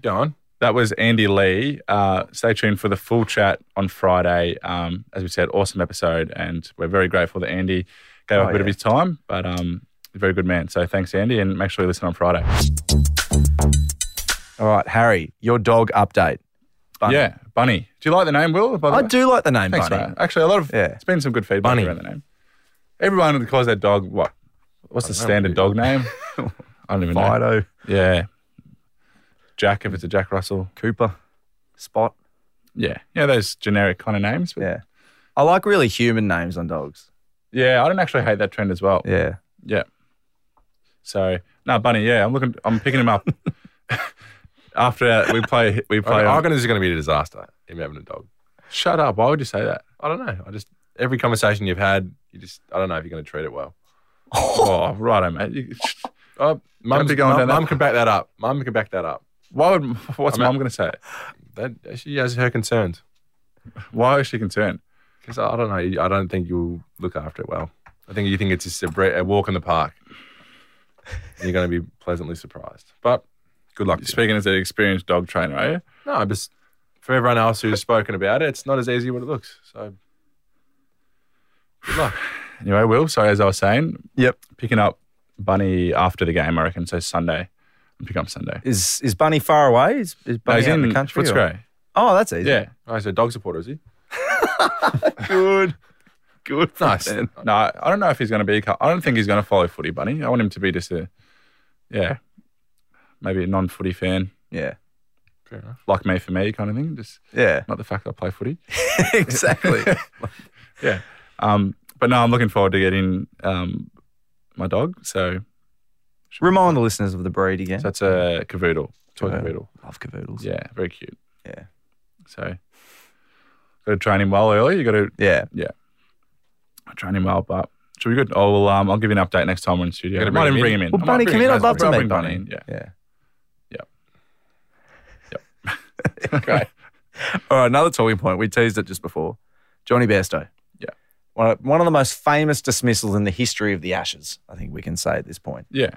D: Go on.
B: That was Andy Lee. Uh, stay tuned for the full chat on Friday. Um, as we said, awesome episode, and we're very grateful that Andy gave
C: Oh,
B: up a bit of his time, but um, a very good man. So thanks, Andy, and make sure you listen on Friday.
C: All right, Harry, your dog update. Bunny.
B: Yeah, Bunny. Do you like the name, Will? By the
C: I
B: way?
C: do like the name
B: Thanks,
C: Bunny.
B: mate. Actually, a lot of
C: Yeah.
B: it's been some good feedback
D: Bunny.
B: around the name. Everyone would calls their dog what? What's the standard dog name? I don't even know.
C: Fido,
B: Yeah, Jack if it's a Jack Russell.
C: Cooper, Spot.
B: Yeah, yeah, those generic kind of names. But yeah.
C: Yeah, I like really human names on dogs.
B: I don't actually hate that trend as well.
C: Yeah,
B: Yeah. So no, Bunny. Yeah, I'm looking. I'm picking him up. After that, we play. We
D: I,
B: play.
D: I
B: on-
D: reckon this is going to be a disaster, him having a dog.
B: shut up. Why would you say that?
D: I don't know. I just, every conversation you've had, you just, I don't know if you're going to treat it well.
B: oh, righto, mate. You-
D: Oh, mum,
B: be going
D: mum,
B: down that-
D: mum can back that up. Mum can back that up.
B: Why would? What's
D: I'm out.
B: mum going to say?
D: That, she has her concerns.
B: Why is she concerned?
D: Because I don't know. I don't think you'll look after it well. I think you think it's just a, bre- a walk in the park. And you're going to be pleasantly surprised. But good luck. To you.
B: Speaking as an experienced dog trainer, are you?
D: No, I'm just for everyone else who's spoken about it, it's not as easy what it looks. So good luck.
B: Anyway, Will. So as I was saying,
C: Yep.
B: picking up Bunny after the game. I reckon so. Sunday, I'm picking up Sunday.
C: is is Bunny far away? Is, is
B: No,
C: Bunny
B: he's
C: out
B: in
C: the country? or-
B: Footscray.
C: Oh, that's easy.
B: Yeah,
D: Oh, he's a dog supporter, is he?
C: good, good.
B: nice. No, I don't know if he's going to be. I don't think he's going to follow footy, Bunny. I want him to be just a, yeah, maybe a non-footy fan
C: Yeah,
D: Fair enough.
B: like me for me kind of thing. Just
C: yeah,
B: not the fact I play footy.
C: exactly.
B: Um, but no, I'm looking forward to getting um, my dog. So,
C: Remind the listeners of the breed again.
B: so that's a cavoodle, toy
C: Cavoodle.
B: cavoodle.
C: Love cavoodles.
B: Yeah, very cute.
C: Yeah.
B: So, got to train him well early. You got to
C: yeah.
B: train him well, but should be good. I'll um, I'll give you an update next time we're in studio.
D: Gotta
B: I might even
D: bring
B: bring
D: him
B: him in.
C: Well,
B: I might
C: Bunny,
B: bring
C: come
B: him
C: in.
B: in.
C: I'd love to
B: I'll
C: meet
B: bring Bunny
C: Bunny.
B: in, Yeah.
C: Yeah.
B: Okay.
C: All right, another talking point. We teased it just before. Johnny Bairstow.
B: Yeah.
C: One of, one of the most famous dismissals in the history of the Ashes, I think we can say at this point.
B: Yeah.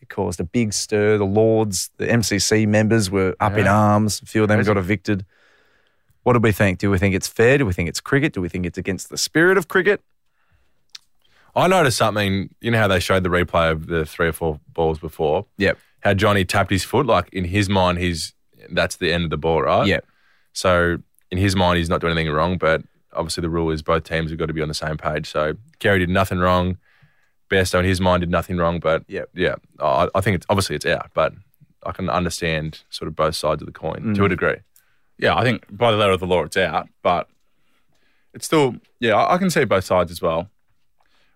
C: It caused a big stir. The Lords, the MCC members were up in
B: Yeah.
C: arms. A few of them
B: Crazy.
C: got evicted. What do we think? Do we think it's fair? Do we think it's cricket? Do we think it's against the spirit of cricket?
D: I noticed something. You know how they showed the replay of the three or four balls before.
C: Yep.
D: How Johnny tapped his foot. Like in his mind, he's that's the end of the ball, right?
C: Yep.
D: So in his mind, he's not doing anything wrong. But obviously, the rule is both teams have got to be on the same page. So Kerry did nothing wrong. Bairstow in his mind did nothing wrong. But
C: Yep.
D: yeah, I, I think it's obviously it's out, but I can understand sort of both sides of the coin to a degree.
B: yeah, I think by the letter of the law, it's out, but it's still, yeah, I, I can see both sides as well.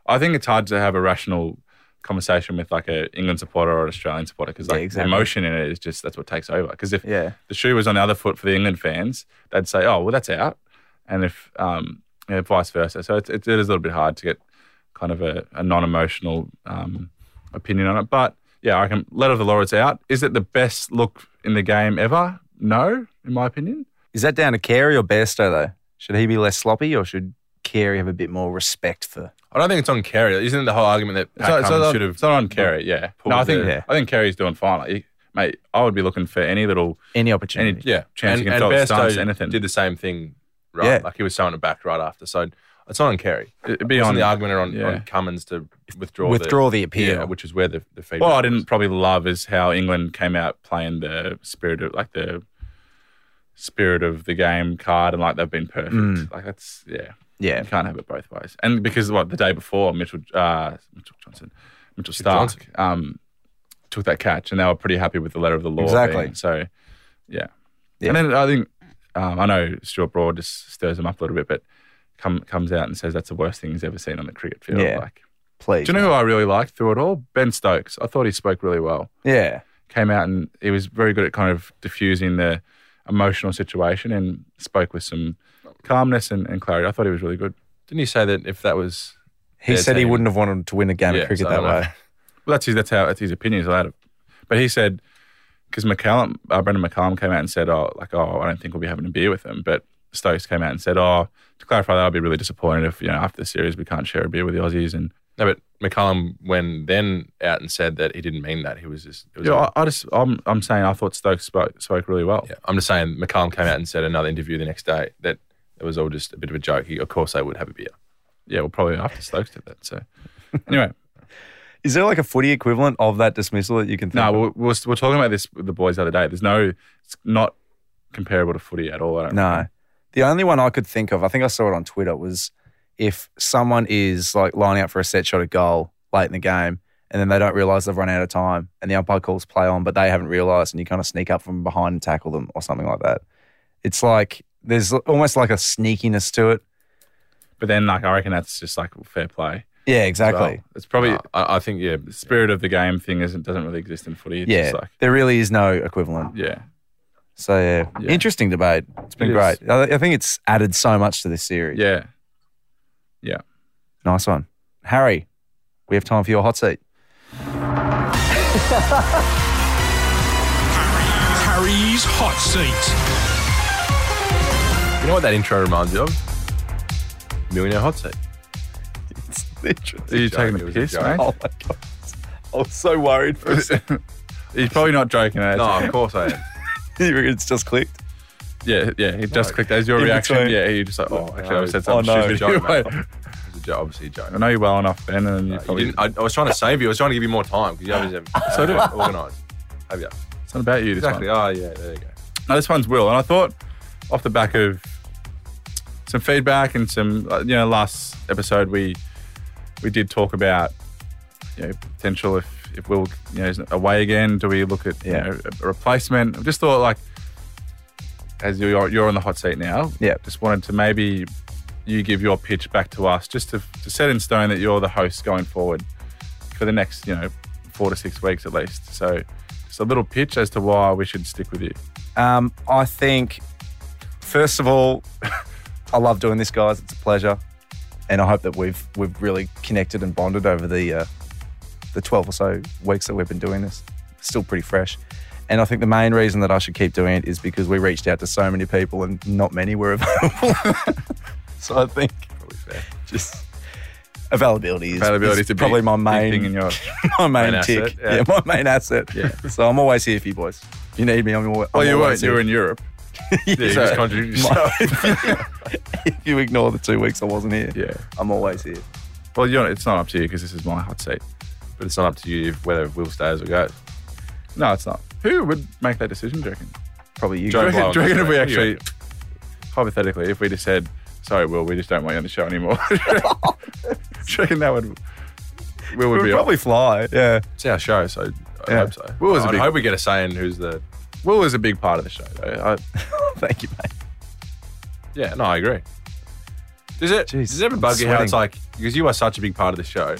B: I think it's hard to have a rational conversation with like a England supporter or an Australian supporter because like
C: exactly.
B: the emotion in it is just that's what takes over. Because if
C: Yeah.
B: the shoe was on the other foot for the England fans, they'd say, "Oh, well, that's out," and if um, yeah, vice versa. So it's, it's it is a little bit hard to get kind of a, a non-emotional um, opinion on it, but yeah, I reckon Letter of the Law is out. Is it the best look in the game ever? No, in my opinion.
C: Is that down to Carey or Bairstow, though? Should he be less sloppy or should Carey have a bit more respect for?
D: I don't think it's on Kerry. Isn't it the whole argument that Pat
B: it's,
D: Cummins
B: not,
D: should
B: it's
D: have?
B: not on Kerry, yeah. No, I think
C: the-
B: I think Kerry's doing fine. Like, he- mate, I would be looking for any little
C: Any
B: any
C: opportunity.
B: yeah
D: and,
B: chance you can
D: and
B: throw at stumps,
D: Bairstow
B: anything.
D: did the same thing, right?
C: Yeah.
D: Like he was someone it back right after. So it's not on Kerry.
B: It'd be
D: It's
B: on
D: on the argument on,
B: yeah.
D: on Cummins to withdraw
C: Withdraw the
D: the,
C: appeal.
D: yeah, which is where the the feedback.
B: What I
D: was.
B: didn't probably love is how England came out playing the spirit of like the spirit of the game card and like they've been perfect.
C: Mm.
B: Like that's yeah,
C: yeah.
B: you can't have it both ways. And because what the day before Mitchell uh, Mitchell Johnson Mitchell Stark
D: Johnson.
B: um, took that catch and they were pretty happy with the letter of the law.
C: Exactly.
B: being- so yeah.
C: Yeah.
B: and then I think um, I know Stuart Broad just stirs them up a little bit, but come, comes out and says that's the worst thing he's ever seen on the cricket field.
C: Yeah.
B: Like,
C: Please.
B: do you know who I really liked through it all? Ben Stokes. I thought he spoke really well.
C: yeah.
B: Came out and he was very good at kind of diffusing the emotional situation and spoke with some calmness and, and clarity. I thought he was really good.
D: Didn't he say that if that was
C: He
D: Yeah,
C: said he
D: same.
C: wouldn't have wanted to win a game
D: Yeah,
C: of cricket
D: so
C: that
D: I don't
C: way.
B: Well, that's his, that's how that's his opinion is allowed. But he said because McCallum, uh, Brendan McCallum came out and said, "Oh, like oh, I don't think we'll be having a beer with him." But Stokes came out and said, "Oh, to clarify that, I'd be really disappointed if you know after the series we can't share a beer with the Aussies." And
D: no, but McCallum went then out and said that he didn't mean that. He was just. It was
B: yeah, I, I just I'm I'm saying I thought Stokes spoke spoke really well.
D: Yeah, I'm just saying McCallum came out and said in another interview the next day that it was all just a bit of a joke. He, of course, they would have a beer.
B: yeah, well, probably after Stokes did that. So, anyway,
C: Is there like a footy equivalent of that dismissal that you can think
B: no,
C: of?
B: we we're, we're talking about this with the boys the other day. There's no, it's not comparable to footy at all. I don't
C: No. The only one I could think of, I think I saw it on Twitter, was if someone is like lining up for a set shot at goal late in the game and then they don't realize they've run out of time and the umpire calls play on, but they haven't realized and you kind of sneak up from behind and tackle them or something like that. It's like there's almost like a sneakiness to it.
B: But then, like, I reckon that's just like fair play.
C: Yeah,
B: as well.
C: exactly.
B: It's probably
D: Uh, I, I think yeah,
B: the spirit of the game thing isn't doesn't really exist in footy. It's
C: yeah.
B: just like
C: there really is no equivalent.
B: yeah,
C: So, yeah.
B: Yeah.
C: Interesting debate. It's been
B: It is.
C: great. I, I think it's added so much to this series.
B: yeah.
C: Nice one. Harry, we have time for your hot seat.
G: Harry's hot seat.
D: You know what that intro reminds you of? Millionaire Hot Seat.
B: Are you
D: joke.
B: taking
D: It
B: a
D: was a
B: piss,
D: joke.
B: mate?
C: Oh my god. I was so worried for a second.
B: He's probably not joking. eh?
D: No, of course I am.
C: it's just clicked.
B: yeah, yeah. He just clicked. As your
C: In
B: reaction,
C: between.
B: yeah. He just like, oh, actually, I said
C: Oh,
B: something
C: no.
D: It was a
B: stupid.
D: joke, mate.
B: Anyway,
D: It was a joke, obviously a joke.
B: I know you well enough, Ben, and you
D: You
B: probably
D: didn't- I, I was trying to save you. I was trying to give you more time because you haven't Oh, so do organised. Have you?
B: it's not about you. This one.
D: Exactly. Oh yeah, there you go.
B: No, this one's Will, and I thought off the back of some feedback and some, uh, you know, last episode we we did talk about you know potential if if Will you know is away again, do we look at
C: Yeah.
B: you know, a, a replacement? I just thought like as you're you're on the hot seat now,
C: Yeah.
B: just wanted to maybe you give your pitch back to us just to, to set in stone that you're the host going forward for the next you know four to six weeks at least. So. Just a little pitch as to why we should stick with you.
C: Um, I think first of all, I love doing this, guys. It's a pleasure. And I hope that we've we've really connected and bonded over the uh, the twelve or so weeks that we've been doing this. Still pretty fresh. And I think the main reason that I should keep doing it is because we reached out to so many people and not many were available. so I think just availability is,
B: Availability
C: is
B: to
C: probably my main
B: thing in your
C: my main,
B: Main
C: tick.
B: asset,
C: yeah.
B: yeah.
C: my main asset. Yeah. So I'm always here for you boys. If you need me, I'm, always.
B: Well,
C: I'm
B: you
C: always
B: weren't. You
C: here.
B: were in Europe.
D: Yeah, you
B: So-
D: just contradicted yourself.
C: My- if you ignore the two weeks I wasn't here,
B: Yeah.
C: I'm always here.
B: Well, you're, it's not up to you because this is my hot seat.
D: But it's not up to you if- whether Will stays or goes.
B: No, it's not. Who would make that decision, do you reckon?
C: Probably you.
B: Do
D: Joe
B: you
C: guys.
D: Blow.
B: reckon, do you reckon if we
D: Yeah.
B: actually, hypothetically, if we just said, sorry, Will, we just don't want you on the show anymore? do you reckon that would, Will would
C: We'd
B: be
C: probably fly. Yeah.
D: It's our show, so I
B: Yeah.
D: hope so.
B: Will was a
D: I
B: big-
D: hope we get a say in who's the.
B: off. Will is a big part of the show, though. I,
C: Thank you, mate.
D: Yeah, no, I agree. Does it?
C: Jeez,
D: does it ever
C: I'm
D: bug you how
C: sweating.
D: it's like because you are such a big part of the show?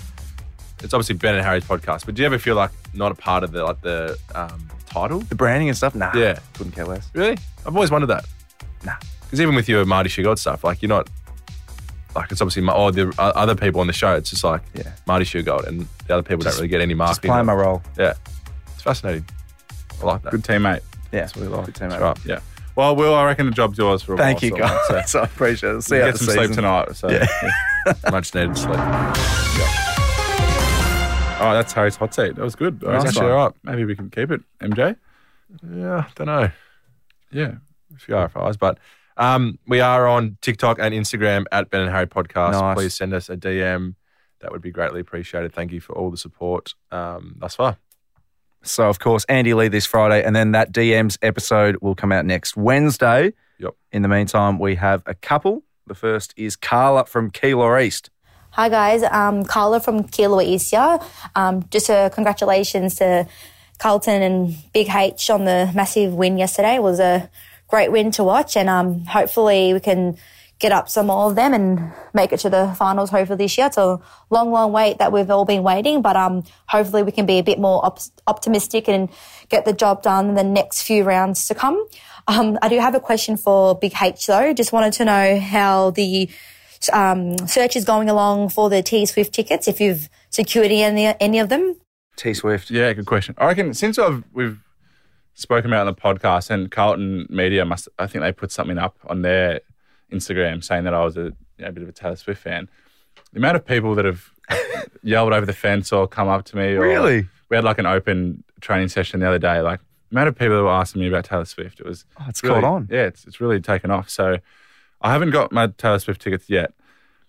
D: It's obviously Ben and Harry's podcast, but do you ever feel like not a part of the like the um, title?
C: The branding and stuff. Nah.
D: Yeah.
C: Couldn't care less.
D: Really? I've always wondered that.
C: Nah.
D: Because even with your Marty Shugod stuff, like you're not, like it's obviously my, all the o- other people on the show. It's just like
C: Yeah.
D: Marty Shugod and the other people
C: Just-
D: don't really get any
C: Just
D: marketing.
C: playing my role.
D: yeah. fascinating. I like that.
B: Good teammate.
C: Yeah.
D: That's what we like.
C: Good team,
D: That's
C: mate.
D: right.
B: Yeah. Well, Will, I reckon the job's yours for a
C: Thank
B: while.
C: you, guys.
B: So,
C: I appreciate it. See you
B: get
C: out
B: some
C: the
B: sleep
C: season.
B: tonight. So. Yeah.
D: Much needed sleep.
B: Oh, that's Harry's hot seat. That was good. That was
D: Nice
B: actually
D: one.
B: all right. Maybe we can keep it, MJ.
D: Yeah, don't know.
B: Yeah.
D: a few RFIs, but um, we are on TikTok and Instagram at Ben and Harry Podcast.
C: Nice.
D: Please send us a DM. That would be greatly appreciated. Thank you for all the support um, thus far.
C: So, of course, Andy Lee this Friday, and then that DMs episode will come out next Wednesday.
D: Yep.
C: In the meantime, we have a couple. The first is Carla from Keylor East.
I: Hi guys, um, Carla from Kilo East here. Um, just a congratulations to Carlton and Big H on the massive win yesterday. It was a great win to watch, and um, hopefully we can get up some more of them and make it to the finals. Hopefully this year, it's a long, long wait that we've all been waiting, but um, hopefully we can be a bit more op- optimistic and get the job done in the next few rounds to come. Um, I do have a question for Big H though. Just wanted to know how the um, search is going along for the T Swift tickets if you've secured any, any of them.
C: T Swift.
B: Yeah, good question. I reckon since I've we've spoken about it on the podcast and Carlton Media must I think they put something up on their Instagram saying that I was a, you know, a bit of a Taylor Swift fan. The amount of people that have yelled over the fence or come up to me or
C: Really?
B: we had like an open training session the other day, like the amount of people that were asking me about Taylor Swift. It was
C: Oh, it's
B: really,
C: caught on.
B: Yeah, it's it's really taken off. So I haven't got my Taylor Swift tickets yet.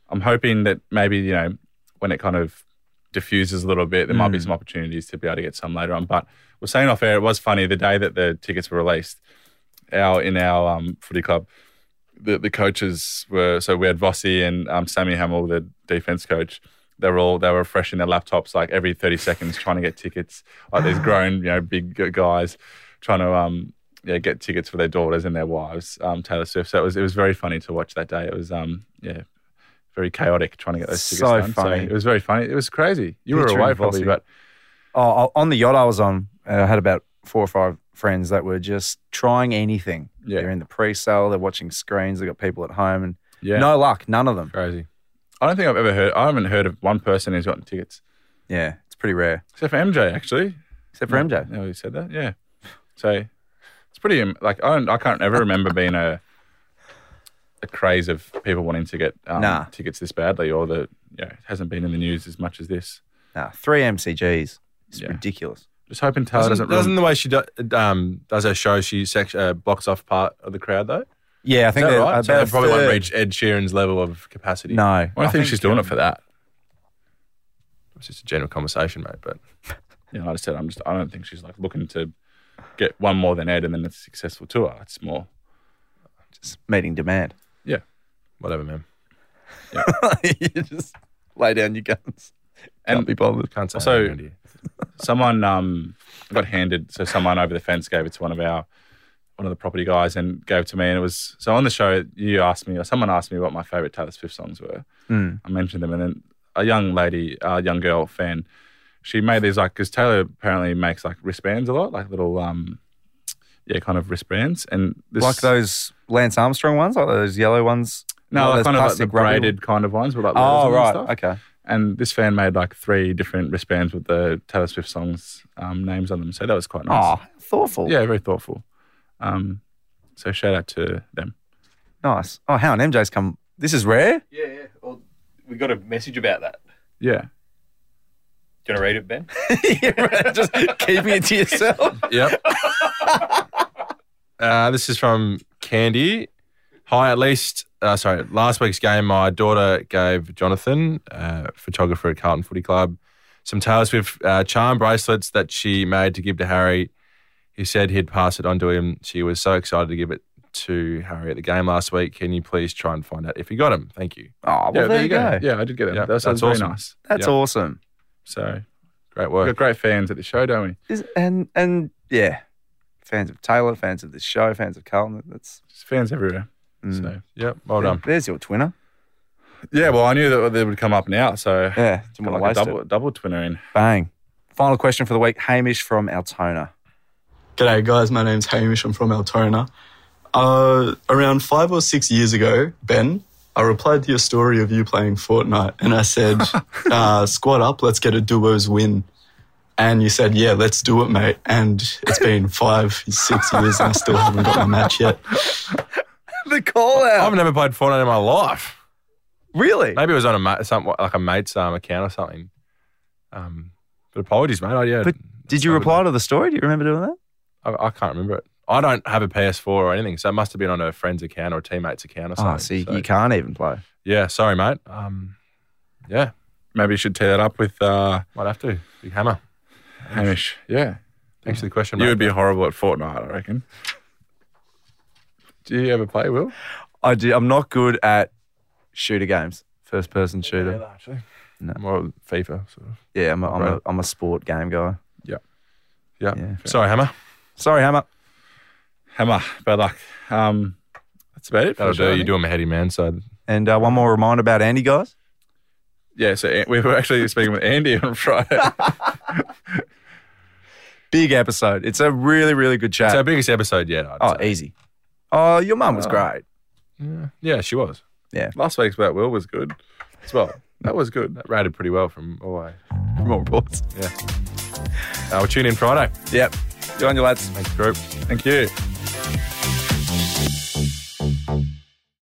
B: I'm hoping that maybe, you know, when it kind of diffuses a little bit, there might
C: Mm.
B: be some opportunities to be able to get some later on. But we're saying off air, it was funny the day that the tickets were released, our in our um, footy club, the, the coaches were so we had Vossi and um, Sammy Hamill, the defense coach. They were all they were refreshing their laptops like every thirty seconds, trying to get tickets. Like these grown, you know, big g- guys trying to um yeah get tickets for their daughters and their wives. Um, Taylor Swift. So it was it was very funny to watch that day. It was um yeah. Very chaotic trying to get those tickets
C: So
B: done.
C: funny.
B: it was very funny. It was crazy. You
C: Picturing
B: were away probably,
C: Vossi.
B: but
C: Oh, I- on the yacht I was on, uh, I had about four or five friends that were just trying anything.
B: Yeah.
C: They're in the pre sale, they're watching screens, they've got people at home, and
B: yeah,
C: no luck, none of them.
D: Crazy.
B: I don't think I've ever heard. I haven't heard of one person who's gotten tickets,
C: Yeah, it's pretty rare.
B: except for MJ actually.
C: Except for MJ.
B: No, you said that. Yeah. So it's pretty um, like I don't, I can't ever remember being a a craze of people wanting to get um,
C: Nah.
B: tickets this badly, or that you know, it hasn't been in the news as much as this.
C: Nah, three MCGs. It's
B: Yeah.
C: ridiculous.
B: Just hoping Taylor
D: Doesn't,
B: doesn't.
D: doesn't, the way she do, um, does her show, she sec- uh, blocks off part of the crowd, though?
C: Yeah, I think
D: Is that
C: they're
D: right? So
C: about
D: they probably
C: third.
D: won't reach Ed Sheeran's level of capacity.
C: No,
B: I don't think, she's doing it for that.
D: It's just a general conversation, mate. But
B: You know, like I said, I'm just. I don't think she's like looking to get one more than Ed, and then it's a successful tour. It's more.
C: Just meeting demand.
B: Yeah.
D: whatever, man.
C: you just lay down your guns.
B: And
C: Can't be bothered.
D: Can't say
B: Also-
D: anything, do you?
B: someone um, got handed so someone over the fence gave it to one of our one of the property guys and gave it to me and it was so on the show you asked me or someone asked me what my favorite taylor swift songs were
C: Mm.
B: i mentioned them and then a young lady a young girl fan she made these like because taylor apparently makes like wristbands a lot like little um yeah kind of wristbands and this
C: Like those Lance Armstrong ones, like those yellow ones.
B: no
C: those
B: like kind of like the
C: plastic rubber-
B: braided kind of ones with like letters
C: Oh,
B: on them and
C: right.
B: stuff.
C: Okay.
B: and this fan made like three different wristbands with the taylor swift songs um, names on them so that was quite nice
C: Oh, thoughtful.
B: Yeah, very thoughtful. Um, so shout out to them.
C: Nice. Oh, how an MJ's come. This is rare.
J: Yeah, yeah. Well, we got a message about that.
B: Yeah.
J: Do you want to read it, Ben?
C: just keeping it to yourself.
D: Yep. uh, this is from Candy. Hi, at least, uh, sorry, last week's game, my daughter gave Jonathan, uh, photographer at Carlton Footy Club, some Taylor Swift uh, charm bracelets that she made to give to Harry. He said he'd pass it on to him. She was so excited to give it to Harry at the game last week. Can you please try and find out if he got him? Thank you.
C: Oh, well,
B: yeah,
C: there, you go.
B: Yeah, I did get them.
D: Yeah,
B: that sounds
D: that's
B: very
D: awesome.
B: nice.
C: That's
D: Yeah.
C: awesome.
B: So
D: Great
B: we've got
D: work.
B: great fans at the show, don't we?
C: Is, and and yeah, fans of Taylor, fans of this show, fans of Carlton. That's
B: Just fans everywhere.
C: Mm.
B: So
D: Yep, well done.
C: There's your twinner.
B: yeah, well, I knew that they would come up now. So
C: Yeah, didn't want
B: got
C: to
B: like a
C: waste
B: double
C: it.
B: double twinner in.
C: Bang. Final question for the week. Hamish from Altona.
K: G'day, guys. My name's Hamish. I'm from Altona. Uh, around five or six years ago, Ben, I replied to your story of you playing Fortnite, and I said, uh, "Squad up, let's get a duos win." and you said, "Yeah, let's do it, mate." And it's been five, six years, and I still haven't got my match yet.
C: the call out.
D: I've never played Fortnite in my life.
C: Oh, Really?
D: Maybe it was on a ma- some like a mate's um, account or something. Um, but apologies, mate. I, yeah,
C: But Did you reply to the story? Do you remember doing that?
D: I, I can't remember it. I don't have a PS4 or anything, so it must have been on a friend's account or a teammate's account or something.
C: Oh, see,
D: So,
C: you can't even play.
D: yeah, sorry, mate. Um, yeah,
B: Maybe you should tear that up with uh,
D: might have to. Big hammer.
B: Hamish. Yeah.
D: Thanks for the question.
B: You
D: mate.
B: would be horrible at Fortnite, I reckon. Do you ever play, Will?
C: I do. I'm not good at shooter games. First person shooter.
D: actually.
C: No.
D: More FIFA. Sort of.
C: Yeah, I'm a, I'm, a,
D: Right.
C: I'm a sport game guy.
D: Yeah.
C: Yeah.
D: Sorry, hammer.
C: Sorry, Hammer.
B: Hammer, bad luck. Um, that's about it. for
D: That'll
B: the show, I
D: do. You
B: think.
D: do him a heady man. So
C: And uh, one more reminder about Andy, guys.
B: Yeah, so An- we were actually speaking with Andy on Friday.
C: Big episode. It's a really, really good
D: it's
C: chat.
B: Uh,
D: our biggest episode yet. I'd
C: oh,
D: say.
C: easy. Oh, your mum was great.
D: yeah, she was.
B: Last week's about Will was good as well. That was good.
D: That rated pretty well from all I.
C: From all reports.
D: Uh, we'll tune in Friday.
C: Yep. You're on your lads.
D: Thanks, group.
B: Thank you.